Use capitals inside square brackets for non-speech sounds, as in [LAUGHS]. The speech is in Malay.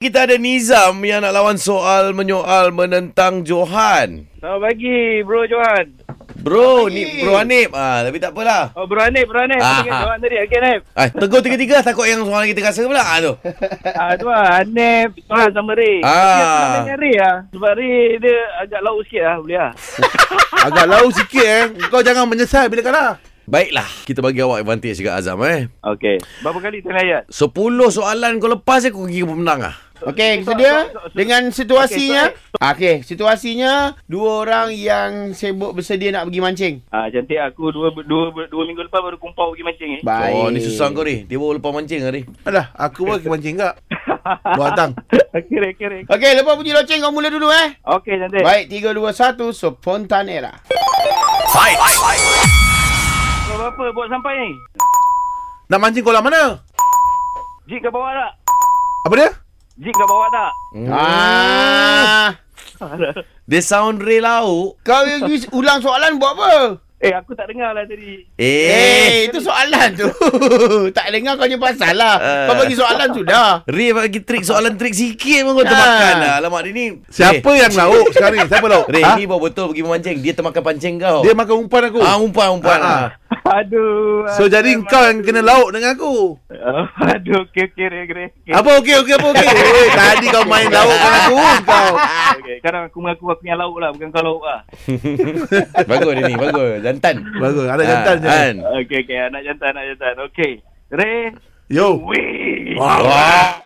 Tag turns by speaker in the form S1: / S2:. S1: Kita ada Nizam yang nak lawan soal menyoal menentang Johan.
S2: Selamat pagi Bro Johan
S1: Bro, ni Bro Hanif. Ah, tapi tak apalah.
S2: Oh Bro Hanif Bro Hanif
S1: Aha.
S2: Aha. Johan tadi Okay Hanif
S1: Ah, tegur tiga-tiga takut yang soalan kita rasa pula ah tu.
S2: Ah, tu lah Hanif Johan sama Ray
S1: Ah.
S2: Tapi aku nak tanya Ray lah Sebab Ray dia agak lauk sikit lah Boleh lah
S3: [LAUGHS] Agak lau sikit eh. Kau jangan menyesal bila kalah.
S1: Baiklah, kita bagi awak advantage juga Azam eh.
S2: Okay Berapa kali tu layak
S1: 10 soalan kau lepas eh kau gigi pemenang ah.
S3: Okey, kita
S2: So-
S3: dia
S2: so- so-
S3: dengan situasinya. Okey, situasinya dua orang yang sibuk bersedia nak pergi mancing.
S2: Ah, Cantik aku dua, dua, dua, dua minggu lepas baru kumpau pergi mancing [LAUGHS] eh
S3: Baik.
S1: Oh, ni susah kau ni. Dia baru lepas mancing hari.
S3: Alah, aku pun pergi mancing kak. Dua batang.
S2: Okay Ray okay, Ray
S3: Okey, lepas bunyi loceng kau mula dulu eh.
S2: Okay cantik
S3: Baik, 3 2 1 spontan era.
S2: Kau berapa buat sampai ni
S3: Nak mancing kolam mana?
S2: Jeep kau bawa tak
S3: Apa dia?
S2: Jeep kau bawa tak [LAUGHS]
S4: Hmm.
S3: Ah.
S1: Hmm. Dia sound re lauk.
S3: Kau pergi ulang soalan buat apa?
S2: Eh aku tak dengar lah tadi [LAUGHS]
S1: Eh,
S3: Eh, itu soalan tu. [LAUGHS] tak dengar kau punya pasal lah.
S4: Eh.
S3: Kau bagi soalan sudah.
S1: Re bagi trik soalan trik sikit pun kau termakan lah. Alamak dia ni.
S4: Siapa
S1: Re,
S4: yang lauk sekarang ni? Siapa lauk?
S1: Re
S4: Ha?
S1: ni baru betul pergi memancing. Dia termakan pancing kau.
S4: Dia makan umpan aku.
S1: Ah, umpan umpan.
S4: Ah, ah.
S1: Ah,
S2: Aduh
S4: So jadi kau yang kena lauk dengan
S3: [LAUGHS]
S4: aku.
S2: Ah, [LAUGHS] Aduh okay okay Ray okay, Ray okay.
S1: Ah.
S4: Apa okey okey apa okey. Eh, tadi kau main lauk dengan aku kau.
S2: [LAUGHS] okay. Sekarang aku mengaku aku yang lauk lah Bukan kau lauk lah
S1: [LAUGHS] bagus dia ni, bagus. Jantan.
S4: Bagus, ada jantan je.
S1: Kan.
S2: Okey, okey. Anak jantan, anak jantan. Okey. Ray.
S4: Yo.
S2: Wee.
S4: Wah.